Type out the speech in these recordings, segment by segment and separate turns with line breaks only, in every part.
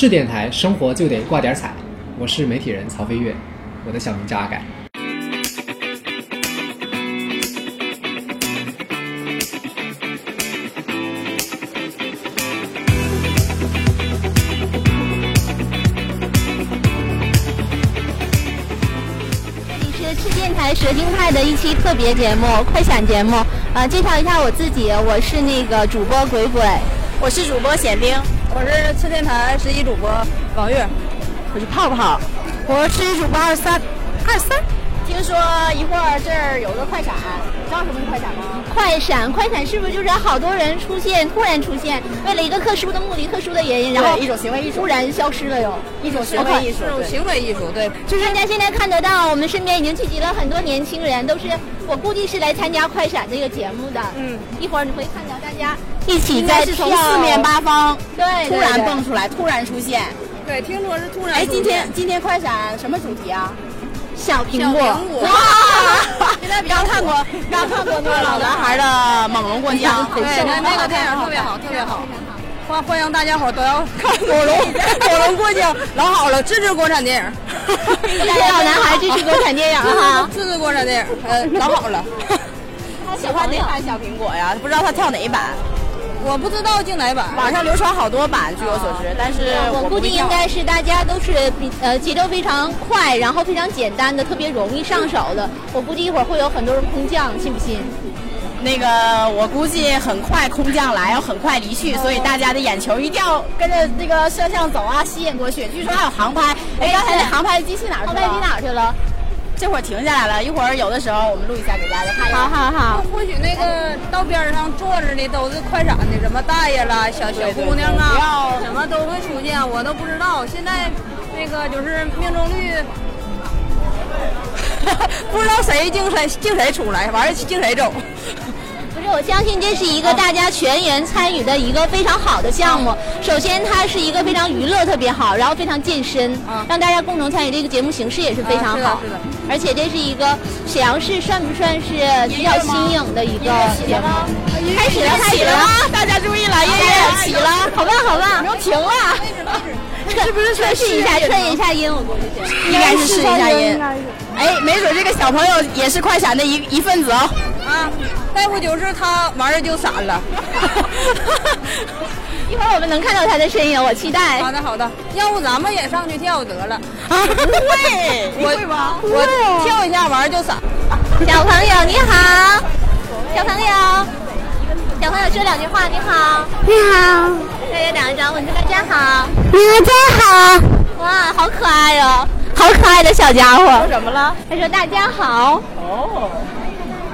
是电台，生活就得挂点彩。我是媒体人曹飞跃，我的小名叫阿改。
这是电台蛇精派的一期特别节目，快闪节目。呃，介绍一下我自己，我是那个主播鬼鬼，
我是主播显冰，
我是次电台十一主播王月，
我是泡泡，
我是十一主播二三二三。
听说一会儿这儿有个快闪，你知道什么是快闪吗？
快闪，快闪是不是就是好多人出现，突然出现，为了一个特殊的目的、特殊的原因，然后
一种行为艺术，
突然消失了又？
一种行为艺术，
这哦种行为艺术，对，
就是大家现在看得到，我们身边已经聚集了很多年轻人，都是我估计是来参加快闪这个节目的。
嗯，
一会儿你会看到大家一起
应
在
该是从四面八方
对对
突然
对
蹦出来，突然出现。
对，听说是突然出
哎，
现。
今天今天快闪什么主题啊？
小苹
小
果，
苹果
哇！
现在比较
刚看过刚看过那个老男孩的《猛龙过江》，
对，那那个电影特别好，特别好。欢欢迎大家伙儿都要看《火龙 火龙过江》，老好了，支持国产电影。。
大
哎
家好男孩支持国产电影哈
支持国产电影，呃，老好了。
啊他喜欢哪版小苹果呀？不知道他跳哪一版，
我不知道进哪版，
网上流传好多版，据我所知，但是
我
呃我
估
不
计
一
应
定
该是大家都是比呃节奏非常快，然后非常简单的，特别容易上手的。我估计一会儿会有很多人空降，信不信？
那个，我估计很快空降来，要很快离去，所以大家的眼球一定要跟着这个摄像走啊，吸引过去。据说还有航拍，哎，刚才那航拍机器哪儿去
后
了？
面去哪儿去了？
这会儿停下来了，一会儿有的时候我们录一下给大家看一
好
看。
好好，
或许那个道边儿上坐着的都是快闪的，什么大爷啦、小小
对对
姑娘
对
啊
要，
什么都会出现，我都不知道。现在那个就是命中率，不知道谁敬谁敬谁出来，完了敬谁走。
不是，我相信这是一个大家全员参与的一个非常好的项目。首先，它是一个非常娱乐特别好，然后非常健身
啊，
让大家共同参与这个节目形式也是非常好
啊是的是的。
而且这是一个沈阳市算不算是比较新颖的一个节目？开始了，啊开始了，
大家注意了，音
音
乐
乐
起
起
了
了，，好棒好棒，
不用停了，
是不是测试一下，测一下音？我估计是。
应该是试一下音。哎，没准这个小朋友也是快闪的一一份子哦。
啊，再不就是他完事儿就闪了。
一会儿我们能看到他的身影，我期待
好。的好的，要不咱们也上去跳得了。
不会，
我我跳一下完事儿就闪。
小朋友你好，小朋友，小朋友说两句话，你好，
你好，
大家打个招呼，你说大家好。
你们真好。
哇，好可爱哦，好可爱的小家伙。
怎么了？
他说大家好，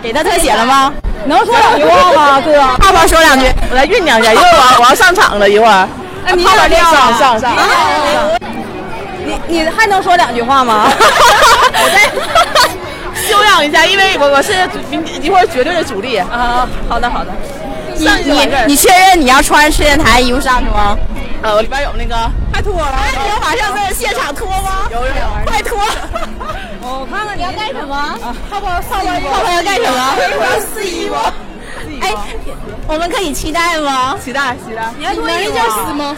给他特写了吗？
能说两句话吗，哥？
泡泡说两句，
我来酝酿一下，一会儿我要我要上场了，一会 儿。
哎，你
泡泡
也
上
跳
上
啊
上上。
啊
你你还能说两句 话吗？
我再修养一下，因为我我是一会儿绝对的主力。
啊，好的好的。
你
上去完事
你
儿
你确认你要穿试电台衣服上去吗？
啊，我里边有那个
太脱了。
你要马上在现场脱吗？
有有有，
快 脱！
我看看你要干什么？
泡泡要干什么？
我要试衣服。
哎，我们可以期待吗？
期待期待，
你还脱衣服
叫
啊？
吗？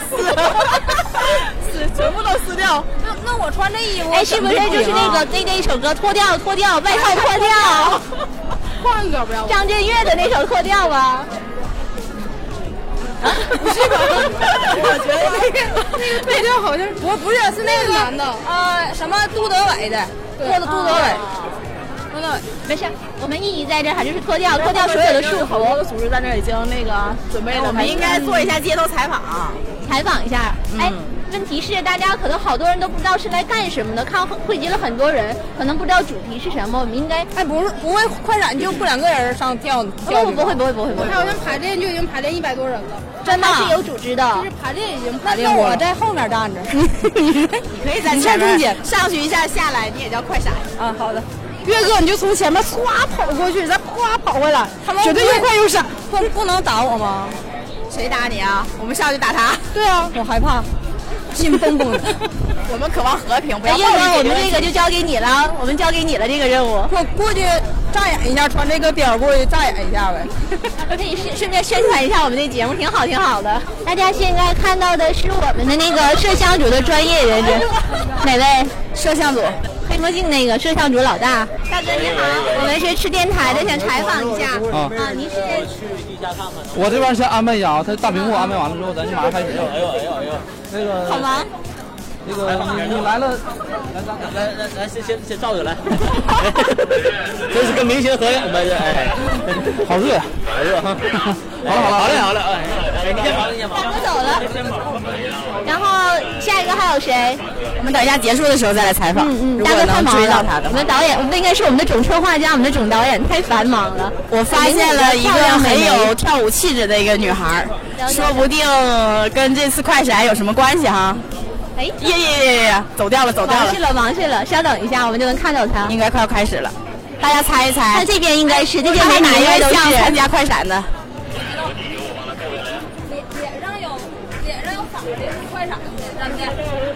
撕全部都撕掉。
那那我穿这衣服，
哎，是不是就是那个那那一首歌脱掉脱掉外套脱掉，
换个不要？
张震岳的那首脱掉吧？
我觉得
那个好像不不是是那个男的，
啊
呃，什么杜德伟的，对，杜德伟，杜德伟。
没事，我们意义在这儿哈，就是脱掉脱掉所有的束
好
缚，
多的组织在那儿已经那个准备了。
我们应该做一下街头采访。
采访一下。哎，问题是大家可能好多人都不知道是来干什么的，看汇集了很多人，可能不知道主题是什么。我们应该
哎，不是不会快闪就不两个人上跳
不
跳
哦不不会不会不会不会，
好像排练就已经排练一百多人了，
真的是有组织的。
这排练已经排
那
练
那
过
我
了。
在后面站着。
你可以在前面上去一下，下来你也叫快闪。
啊，好的。
岳哥，你就从前面唰跑过去，再唰跑回来，
他们
绝对又快又闪。
不不能打我吗？
谁打你啊？我们上去打他。
对啊，我害怕。心蹦蹦的。
我们渴望和平，哎不要
那
暴
要不然我
力解决
们
问
这
题。
个就交给你了，我们交给你了这个任务。
我过去扎眼一下，穿这个貂儿过去扎眼一下呗。
可以顺顺便宣传一下我们这节目，挺好挺好的。
大家现在看到的是我们
我们的那个摄像组的专业人员，哪位？
摄像组，
黑墨镜那个摄像组老大，大哥你好，我们是吃电台的，想采访一下。
啊
啊，您是
我这边先安排一下啊，他大屏幕安排完了之后，咱就马上开始。哎呦哎呦哎呦！那个
好忙，
那个你你来了，来咱来
来来来，先先先照着来，这是跟明星合影吧？这哎，
好哎热呀！
好热哈！
好了好了
好嘞好嘞，哎，你先忙你先忙，
我走了。然后下一个还有谁？
我们等一下结束的时候再来采访。
嗯嗯，
如
大
果
哥太
能
忙
注意到他
了，
的
我
话。
们导演，我们应该是我们的总策划加我们的总导演，太繁忙了。
我发现了一个很有跳舞气质的一个女孩儿
了，解
说不定跟这次快闪有什么关系哈。
哎，
耶耶耶耶耶，走掉了走掉
忙
了
去，了，忙去了，稍等一下，我们就能看到他。
应该快要开始了，大家猜一
那
猜，
这边应该是，这边没
看看哪
哪
一
一位
位
都
像参
是。
加快闪的？
脸上有，脸上有反的，脸上快闪的，咱们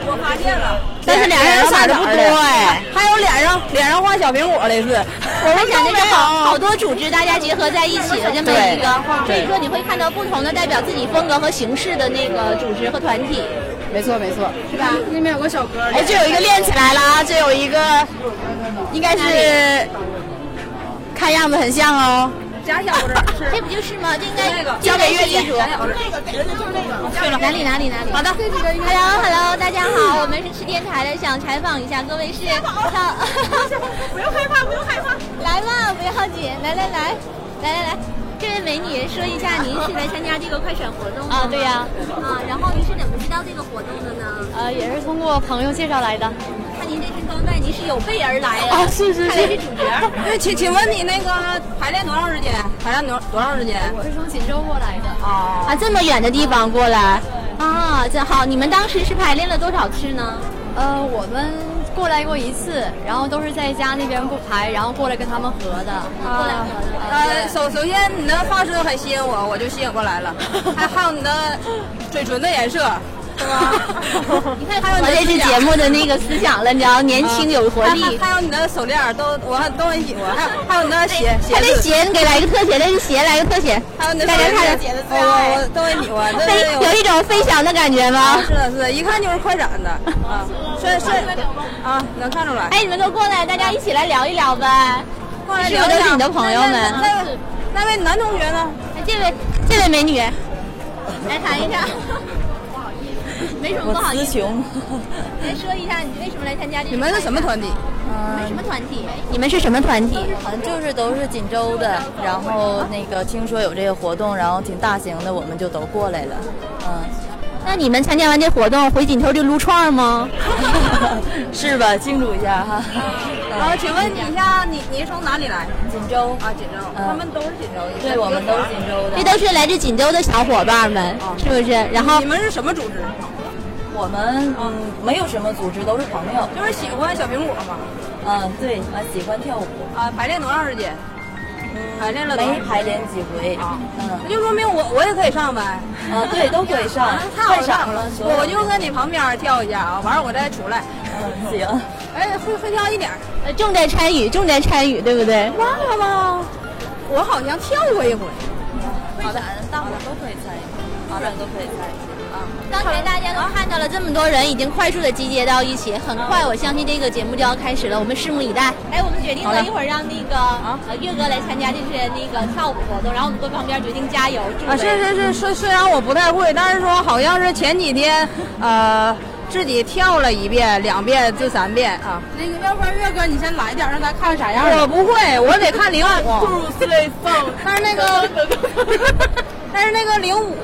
我发现了，
但是俩人
反
的
的不多哎，
还有脸上脸上画小苹果的是，
我们 讲的是好好多组织大家结合在一起的这么一个，所以说你会看到不同的代表自己风格和形式的那个组织和团体。
没错没错。
是吧？那边有个小哥，
哎，这有一个练起来了啊，这有一个，应该是，看样子很像哦。
假小子是
这不就是吗？这应该
交给月
姐
姐
组。哪里哪里哪里？好的，Hello Hello，大家好，我们是吃电台的，想采访一下 各位是。不用害怕，不用害怕，来嘛，不要紧，来来来，来来来。这位美女，说一下您是来参加这个快闪活动啊？对呀、啊，然后您是怎么知道这个活动的呢？
呃，也是通过朋友介绍来的。
看您这身装扮，您是有备而来的，
啊是是是
看来是主角儿。
对，请请问你那个排练多长时间？排练多多长时间？
我是从锦州过来的，
啊，这么远的地方过来，啊，这好，你们当时是排练了多少次呢？
呃，我们过来过一次，然后都是在家那边不排，然后过来跟他们合的。
啊
过来合的。
呃，首首先你的发色很吸引我，我就吸引过来 了，还还有你的嘴唇的颜色，是
呃
吧？
你看，
还有
我
你的
这是
指甲
节目的那个思想了，你知道，年轻有活力。
嗯
还还有你的手链儿都我很都很喜欢，还有还有你的鞋
他
鞋
的
子，
鞋，你给来一个特写，但是鞋来一个特写，
还有你的
大家
手链
看
儿
着哦
我我我都很喜 欢，真
飞
是有
啊哎有一种飞翔的感觉吗
啊，？是的，是的，一看就是快闪的 啊，是是啊，能看出来。
哎哎，你们都过来，大家一起来聊一聊呗。
过来
是
聊
不
一
是都
聊
是你的朋友们
那那那那位男同学呢？
哎这位这位美女，来谈一下。 没什么不好意思，
穷。
来说一下你为什么来参加这个？
你们是什么团体？
什么团体？你们是什么团体？
好像嗯就是都是锦州的，然后那个听说有这个活动，然后挺大型的，我们就都过来了。嗯
那你们参加完这活动回锦州就撸串吗？
嗯，是吧？庆祝一下
啊
哈。
然后请问你一下，你你是从哪里来？
锦州，
啊，锦州，
嗯
他们都是锦州的。
对我们都是锦州
这
的。
都是来自锦州的小伙伴们，是不是？然后
你们是什么组织？
哦我们嗯没有什么组织，都是朋友。
就是喜欢小苹果嘛？
嗯，对啊，喜欢跳舞，
啊，排练多长时间？排练了多少
嗯没排练几回。
啊
嗯
那就说明我我也可以上呗。
呃
啊，对，都可以上
啊，太
快
好
闪
上
了，所有
我就跟你旁边跳一下啊，完了我再出来。
嗯行。
哎，会会跳一点儿。
呃重在参与，重在参与，对不对？
忘了吗？我好像跳过一回。
好的，大伙都可以参与，大人都可以参与。
刚才大家都看到了，这么多人已经快速的集结到一起，很快我相信这个节目就要开始了，我们拭目以待。哎，我们决定
好
了
的
一会儿让那个呃岳哥来参加，就是那个跳舞活动，然后我们坐旁边决定加油助
啊，
威。
是是是，虽虽然我不太会，但是说好像是前几天，呃，自己跳了一遍、两遍至三遍啊。
那个要不然月哥你
嗯
先来点儿，让咱看啥样
哎
儿。
我不会，我得看领舞。但是那 个，但是那个领舞，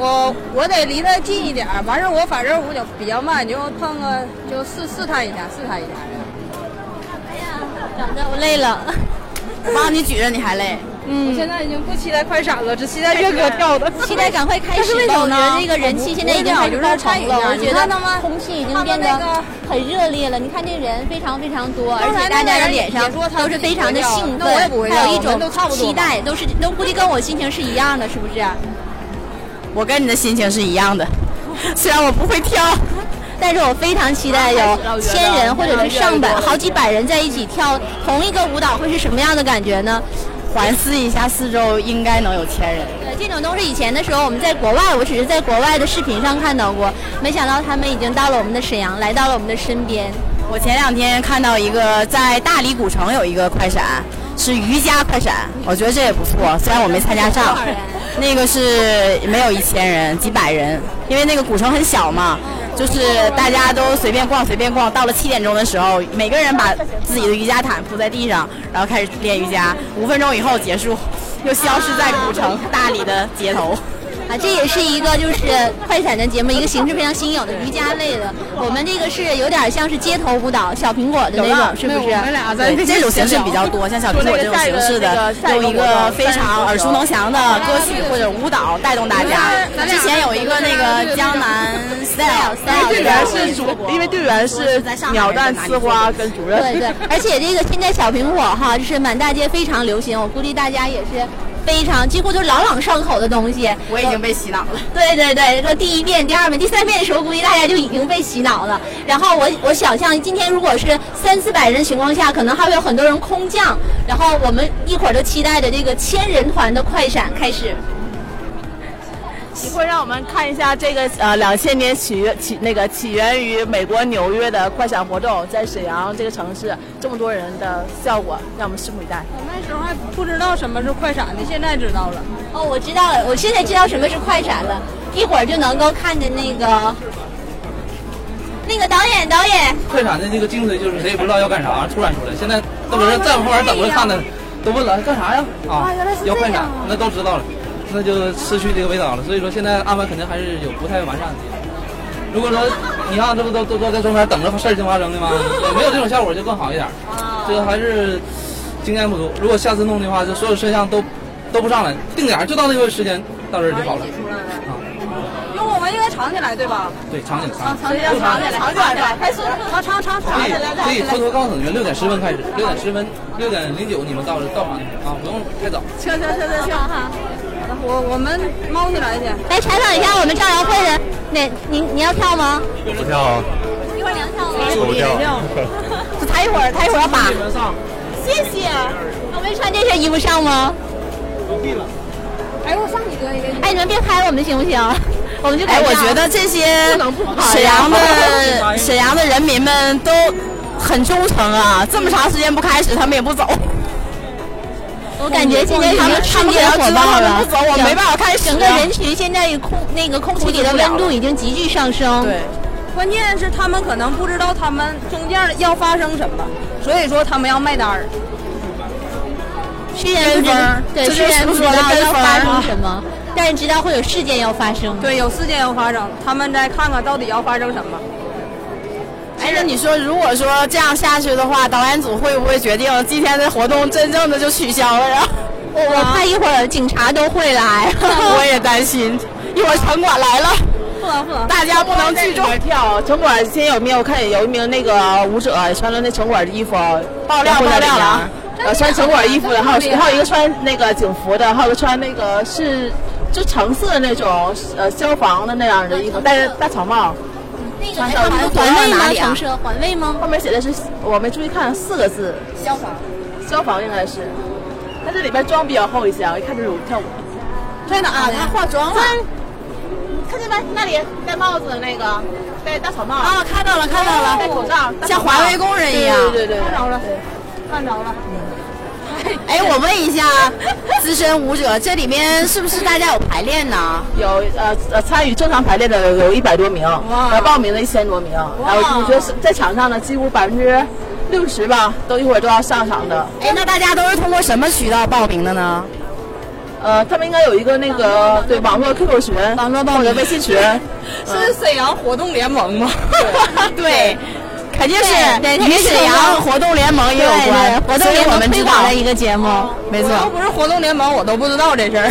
我得离他近一点儿。完事儿我反正舞脚比较慢，就碰个就试试探一下，试探一下。
整的我累了。
我帮你举着，你还累？
嗯
我现在已经不期待快闪了，只期待月哥跳的。
期待赶快开始吧！我觉得这个人气现在已经开始爆棚了，我觉得空气已经变得很热烈了。你看这个人非常非常多，而且大家的脸上都是非常的兴奋，还有一种期待，都是都估计跟我心情是一样的，是啊 不是？
我跟你的心情是一样的，虽然我不会跳，
但是我非常期待有千人或者是上百、好几百人在一起跳同一个舞蹈，会是什么样的感觉呢？
环视一下四周，应该能有千人。
对，这种都是以前的时候我们在国外，我只是在国外的视频上看到过，没想到他们已经到了我们的沈阳，来到了我们的身边。
我前两天看到一个在大理古城有一个快闪，是瑜伽快闪，我觉得这也不错，虽然我没参加上。那个是没有一千人，几百人，因为那个古城很小嘛，就是大家都随便逛随便逛。到了七点钟的时候，每个人把自己的瑜伽毯铺在地上，然后开始练瑜伽，五分钟以后结束，又消失在古城大理的街头。
啊，这也是一个就是快闪的节目，一个形式非常新颖的瑜伽类的。我们这个是有点像是街头舞蹈，小苹果的那种，是不是？
对这种形式比较多，像小苹果这种形式的，用一个非常耳熟能详的歌曲或者舞蹈带动大家。之前有一个那个江南
哎因
style，
为队员是主，因为队员是鸟蛋丝瓜跟主任。
对对，而且这个现在小苹果哈，就是满大街非常流行，我估计大家也是。非常几乎就朗朗上口的东西，
我已经被洗脑了。
对对对，说第一遍、第二遍、第三遍的时候，估计大家就已经被洗脑了。然后我我想象今天如果是三四百人情况下，可能还会有很多人空降。然后我们一会儿就期待着这个千人团的快闪开始。
你会让我们看一下这个呃两千年起源起那个起源于美国纽约的快闪活动，在沈阳这个城市这么多人的效果，让我们拭目以待。
我那时候还不知道什么是快闪呢，现在知道了。
哦，我知道了，我现在知道什么是快闪了，一会儿就能够看见那个那个导演导演。
快闪的这个精髓就是谁也不知道要干啥，突然啊出来。现在都有人在我后边等着看呢，都问了干啥呀？啊，要快闪，那都知道了。那就失去这个味道了。所以说现在安排肯定还是有不太完善的地方。如果说你看这不都都都在中间等着事情发生的吗？没有这种效果就更好一点。这个还是经验不足。如果下次弄的话，就所有摄像都都不上来，定点就到那个时间到这儿就好了。啊，
因为我们应该藏起来，对吧？
对，藏起来，
藏
藏
起来，藏起来，藏起来，啊还是藏藏藏藏起来。
可以偷偷告诉你们，六点十分开始，六点十分，六点零九你们到到场啊，不用太早。
行行行行行哈。我我们猫起来去，
来采访一下我们赵瑶慧的，那您您要跳吗？
不跳，
一会儿凉跳吗？啊
不 跳。
他一会儿他一会儿要拔。
谢谢。
我们穿这身衣服上吗？
不必了。
哎，我上你哥一个。
哎，你们别拍我们行不行？我们就
哎，我觉得这些沈阳的沈阳的人民们都很忠诚啊，这么长时间不开始，他们也不走。
我感觉现在
他们
瞬间火爆了，
不走，我没办法开始。
整个人群现在空那个空气里的温度已经急剧上升。
对，
关键是他们可能不知道他们中间要发生什么，所以说他们要卖单儿。
虽然不知道，对，虽然不知道要
啊
发生什么，但是知道会有事件要发生。
对，有事件要发生，他们再看看到底要发生什么。
哎，那你说，如果说这样下去的话，导演组会不会决定今天的活动真正的就取消了？然后
我我
啊
怕一会儿警察都会 来，
我也担心，一会儿城管来了，
不能不能，
大家不能聚众
跳。城管今天有没有看有一名那个舞者穿了那城管的衣服，
爆料爆料
了，呃，穿城管衣服的，还有还有一个穿那个警服的，还有个穿那个是就橙色那种呃消防的那样的衣服，戴着大草帽。
那个他们环卫吗？城市环卫吗？
后面写的是，我没注意看，四个字，
消防，
消防应该是。它这里边妆比较厚一些，啊我一看就是跳舞。
在哪啊？他化妆了。
看见没？那里戴帽子的那个，戴大草帽。
啊，看到了，看到了。
戴口罩，
像环卫
哎
工人一样。
对对对。看
着了，看着了。
哎，我问一下，资深舞者，这里面是不是大家有排练呢？
有呃呃，参与正常排练的有一百多名，然后报名的一千多名。然后我觉得在场上呢，几乎百分之六十吧，都一会儿都要上场的。
哎，那大家都是通过什么渠道报名的呢？
呃，他们应该有一个那个对网络 QQ 群、
网络报
名微信 群，
嗯
是沈阳活动联盟吗？
对。肯定是
对
与沈
啊
阳活动联盟也有关，
活动联盟推广的一个节目，
哦没错。
要不是活动联盟，我都不知道这 事儿。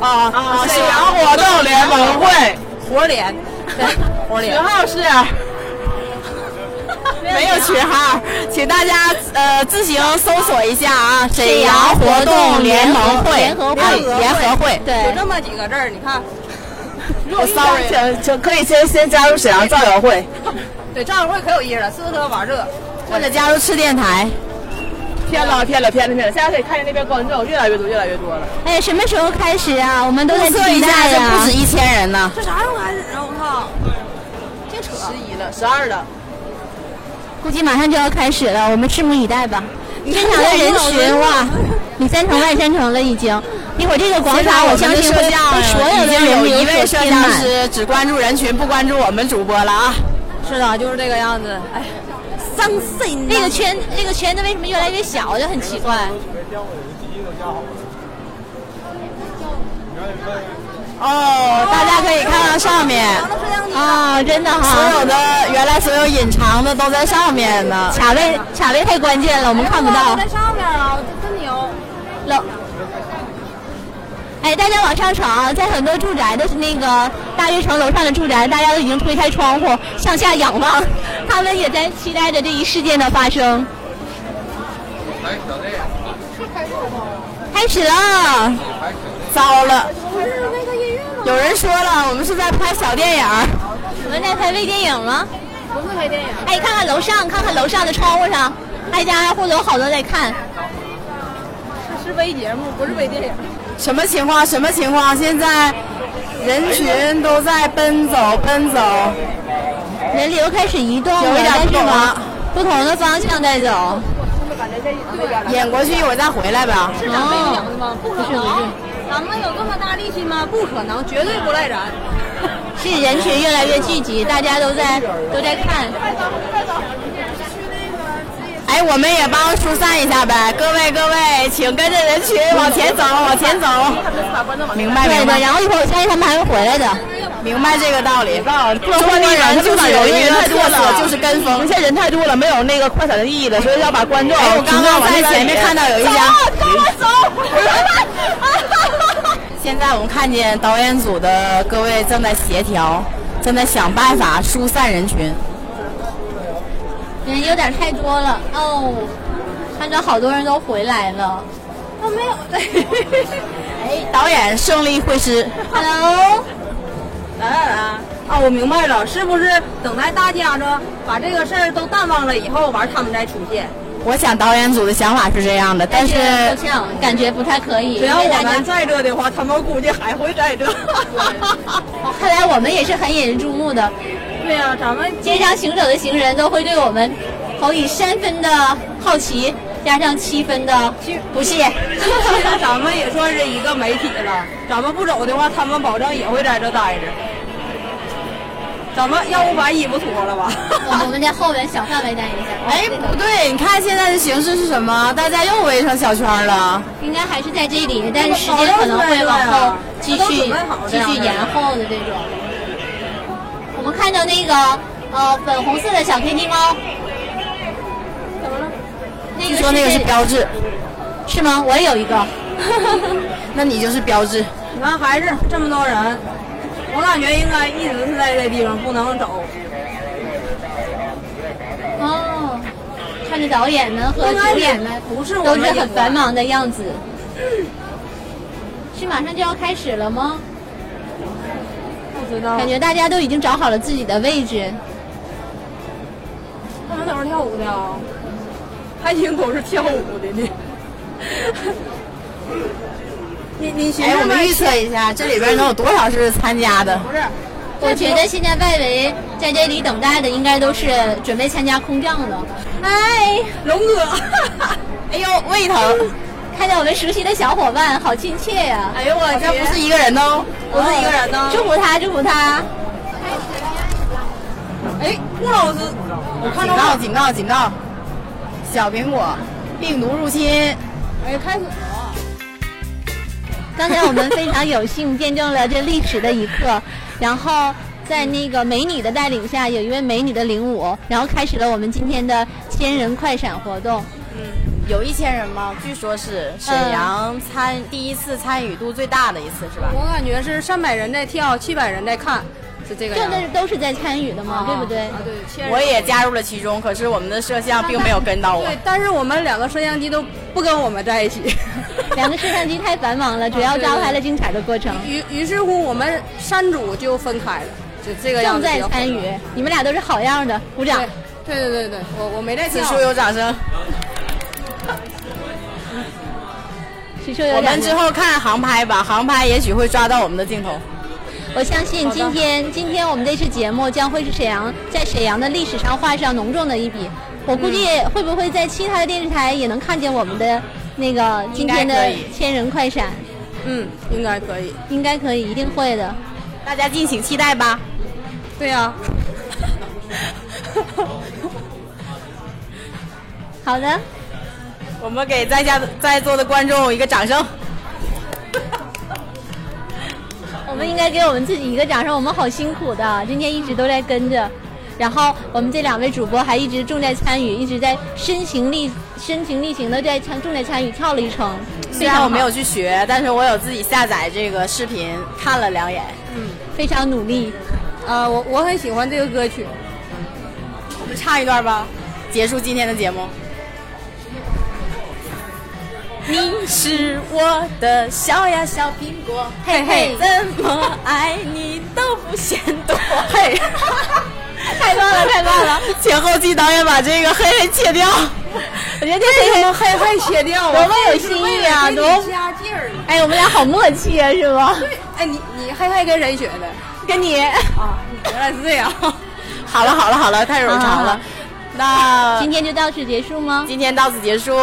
啊啊！沈阳活动联盟会，
活联，对，活联。
群 号啊是。
没有群号，请大家呃自行搜索一下啊，沈阳活动联盟会
联合会
联合会，
有这么几个字儿，你看。
如
Oh,
果 sorry，请请可以先先加入沈阳造谣会，
对，这样会可有意思了，吃喝玩乐，
或者加入吃电台。
天了偏了偏了偏了！现在可以看见那边观众越来越多，越来越多了。
哎，什么时候开始啊？我们都在
注册
期
一下
待，啊
就
哎呀、
不止一千人呢。
这啥时候开始啊？我靠，净扯！
十一了，十二了，
估计马上就要开始了，我们拭目以待 吧。现场的人群哇，里三层外三层了已经。一会儿这个广场，我相信会被所有
已
的
经
人
有
流
一
所
位摄
填
像
满。
师只关注人群，不关注我们主播了啊！
是的，就是这个样子。哎，伤心
那个圈，那个圈子为什么越来越小，就很奇怪。
哦，大家可以看到上面
啊，真的
所
哈，
有的原来所有隐藏的都在上面呢。
卡位卡位太关键了，我们看不到。
在上面啊，这真牛！
冷。哎，大家往上瞅啊，在很多住宅的那个大悦城楼上的住宅，大家都已经推开窗户向下仰望，他们也在期待着这一事件的发生。开始了，
糟了，
还是那个音乐吗？
有人说了，我们是在拍小电影儿。
我们在拍微电影吗？
不是拍电影，
哎，看看楼上，看看楼上的窗户上，挨家挨户都有好多在看。
是微节目，不是微电影。
什么情况？什么情况？现在人群都在奔走，奔走。
人流开始移动了，
有一点
但
不
是
懂
往
了
不同的方向在走。
演过去一会儿再回来吧。
是咱们
哦
影的吗？不可能，咱们有这么大力气吗？不可能，绝对不赖咱。
是人群越来越聚集，大家都在都在看。
哎，我们也帮疏散一下呗，各位各位，请跟着人群往前走，往前走。明白
对
明
的，
白
然后一会儿我相信他们还会回来的。
明白这个道理。中
中
国
国
人就是有一个特色，就是跟风
现。在人太多了，没有那个快闪的意义了，所以要把观众。
哎，我刚刚在前面看到有一家，现在我们看见导演组的各位正在协调，正在想办法疏散人群。
人有点太多了哦，看着好多人都回来了。
我没有
导演胜利会师，
Hello，
来来来，啊，我明白了，是不是等待大家着把这个事儿都淡忘了以后，完他们再出现？
我想导演组的想法是这样的，但是
好像感觉不太可以。
只要
因为
我
大家
们在这的话，他们估计还会在这。
看来我们也是很引人注目的，
对呀、咱们
街上行走的行人都会对我们投以三分的好奇，加上七分的不屑。
其实 咱们也算是一个媒体了，咱们不走的话，他们保证也会在这待着。咱们要不把衣服脱了吧？
我们在后面小范围待一下。
哎，不对，你看现在的形势是什么？大家又围成小圈儿了。
应该还是在这
嗯
里，但是时间可能会往后继
都准
续
备好这
继
样
续延后的这种。我们看到那个呃粉红色的小天津猫，怎么了？那
据
个
说那个是标志，
是吗？我也有一个。
那你就是标志。
你看还是这么多人，我感觉应该一直是在这地方不能走。
哦，看着导演们和
应该
主演
也
们
不是我
都
们
是
有
很
的
繁。忙的样子。是马上就要开始了吗？
不知道，
感觉大家都已经找好了自己的位置。
他们都是跳舞的啊，还以为都是跳舞的呢。 你你寻
哎，
思
我们
没
预测一下，这里边能有多少是参加的？
不是？
我觉得现在外围在这里等待的应该都是准备参加空降的。嗨，
龙哥，
哎呦，胃疼！
看到我们熟悉的小伙伴，好亲切呀、
哎呦我
这不是一个人哦。
不是一个人呢。
祝福他，祝福他。
哎，顾老师，我看
哦警
到
告！警告！警告！小苹果，病毒入侵。
哎，开始。
刚才我们非常有幸见证了这历史的一 刻，然后在那个美女的带领下，有一位美女的领舞，然后开始了我们今天的千人快闪活动。
有一千人吗？据说是沈阳参第一次参与度最大的一次，是吧？
我感觉是三百人在跳，七百人在看，是这个
这
样。
的都是在参与的嘛，对不对？
啊，对，千人
我也加入了其中，可是我们的摄像并没有跟到我。
对，但是我们两个摄像机都不跟我们在一起。
两个摄像机太繁
啊
忙了，主要抓拍了精彩的过程。
于于是乎，我们三组就分开了，就这个样
正
子比
在
较
参与，你们俩都是好样的，鼓掌。
对对对对，我我没在
此
跳
处有掌声。
许秋有
我
两
们之
个
后看航拍吧，航拍也许会抓到我们的镜头。
我相信今天，今天我们这期节目将会是沈阳在沈阳的历史上画上浓重的一笔。我估计
嗯
会不会在其他的电视台也能看见我们的那个今天
应该可
的
以
千人快闪？
嗯，应该可以。
应该可以，一定会的。
大家敬请期待吧。
对呀、
好的，
我们给在家的在座的观众一个掌声。
我们应该给我们自己一个掌声，我们好辛苦的，今天一直都在跟着。然后我们这两位主播还一直重在参与，一直在身形力身形力行的在参重在参与，跳了一程。
虽然我没有去学，但是我有自己下载这个视频看了两眼。
非常努力，
呃
啊，我我很喜欢这个歌曲。
我们唱一段吧，结束今天的节目。你是我的小呀小苹果，
嘿嘿
怎么爱你都不嫌多，嘿，
太棒了，太棒了！
请后期导演把这个嘿嘿切掉。
我觉得这黑黑
嘿嘿，切掉
多么有新意啊！多么
加劲儿。
哎，我们俩好默契啊，是吗？
哎，你你嘿嘿跟谁学的？
跟你啊
原来是这样。
好了好了好了，太冗
好
长
好好
了。那
今天就到此结束吗？
今天到此结束，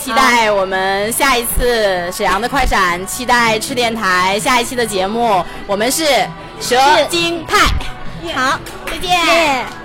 期待我们下一次沈阳的快闪，期待赤电台下一期的节目。我们是蛇精派，
好，
再见。
耶。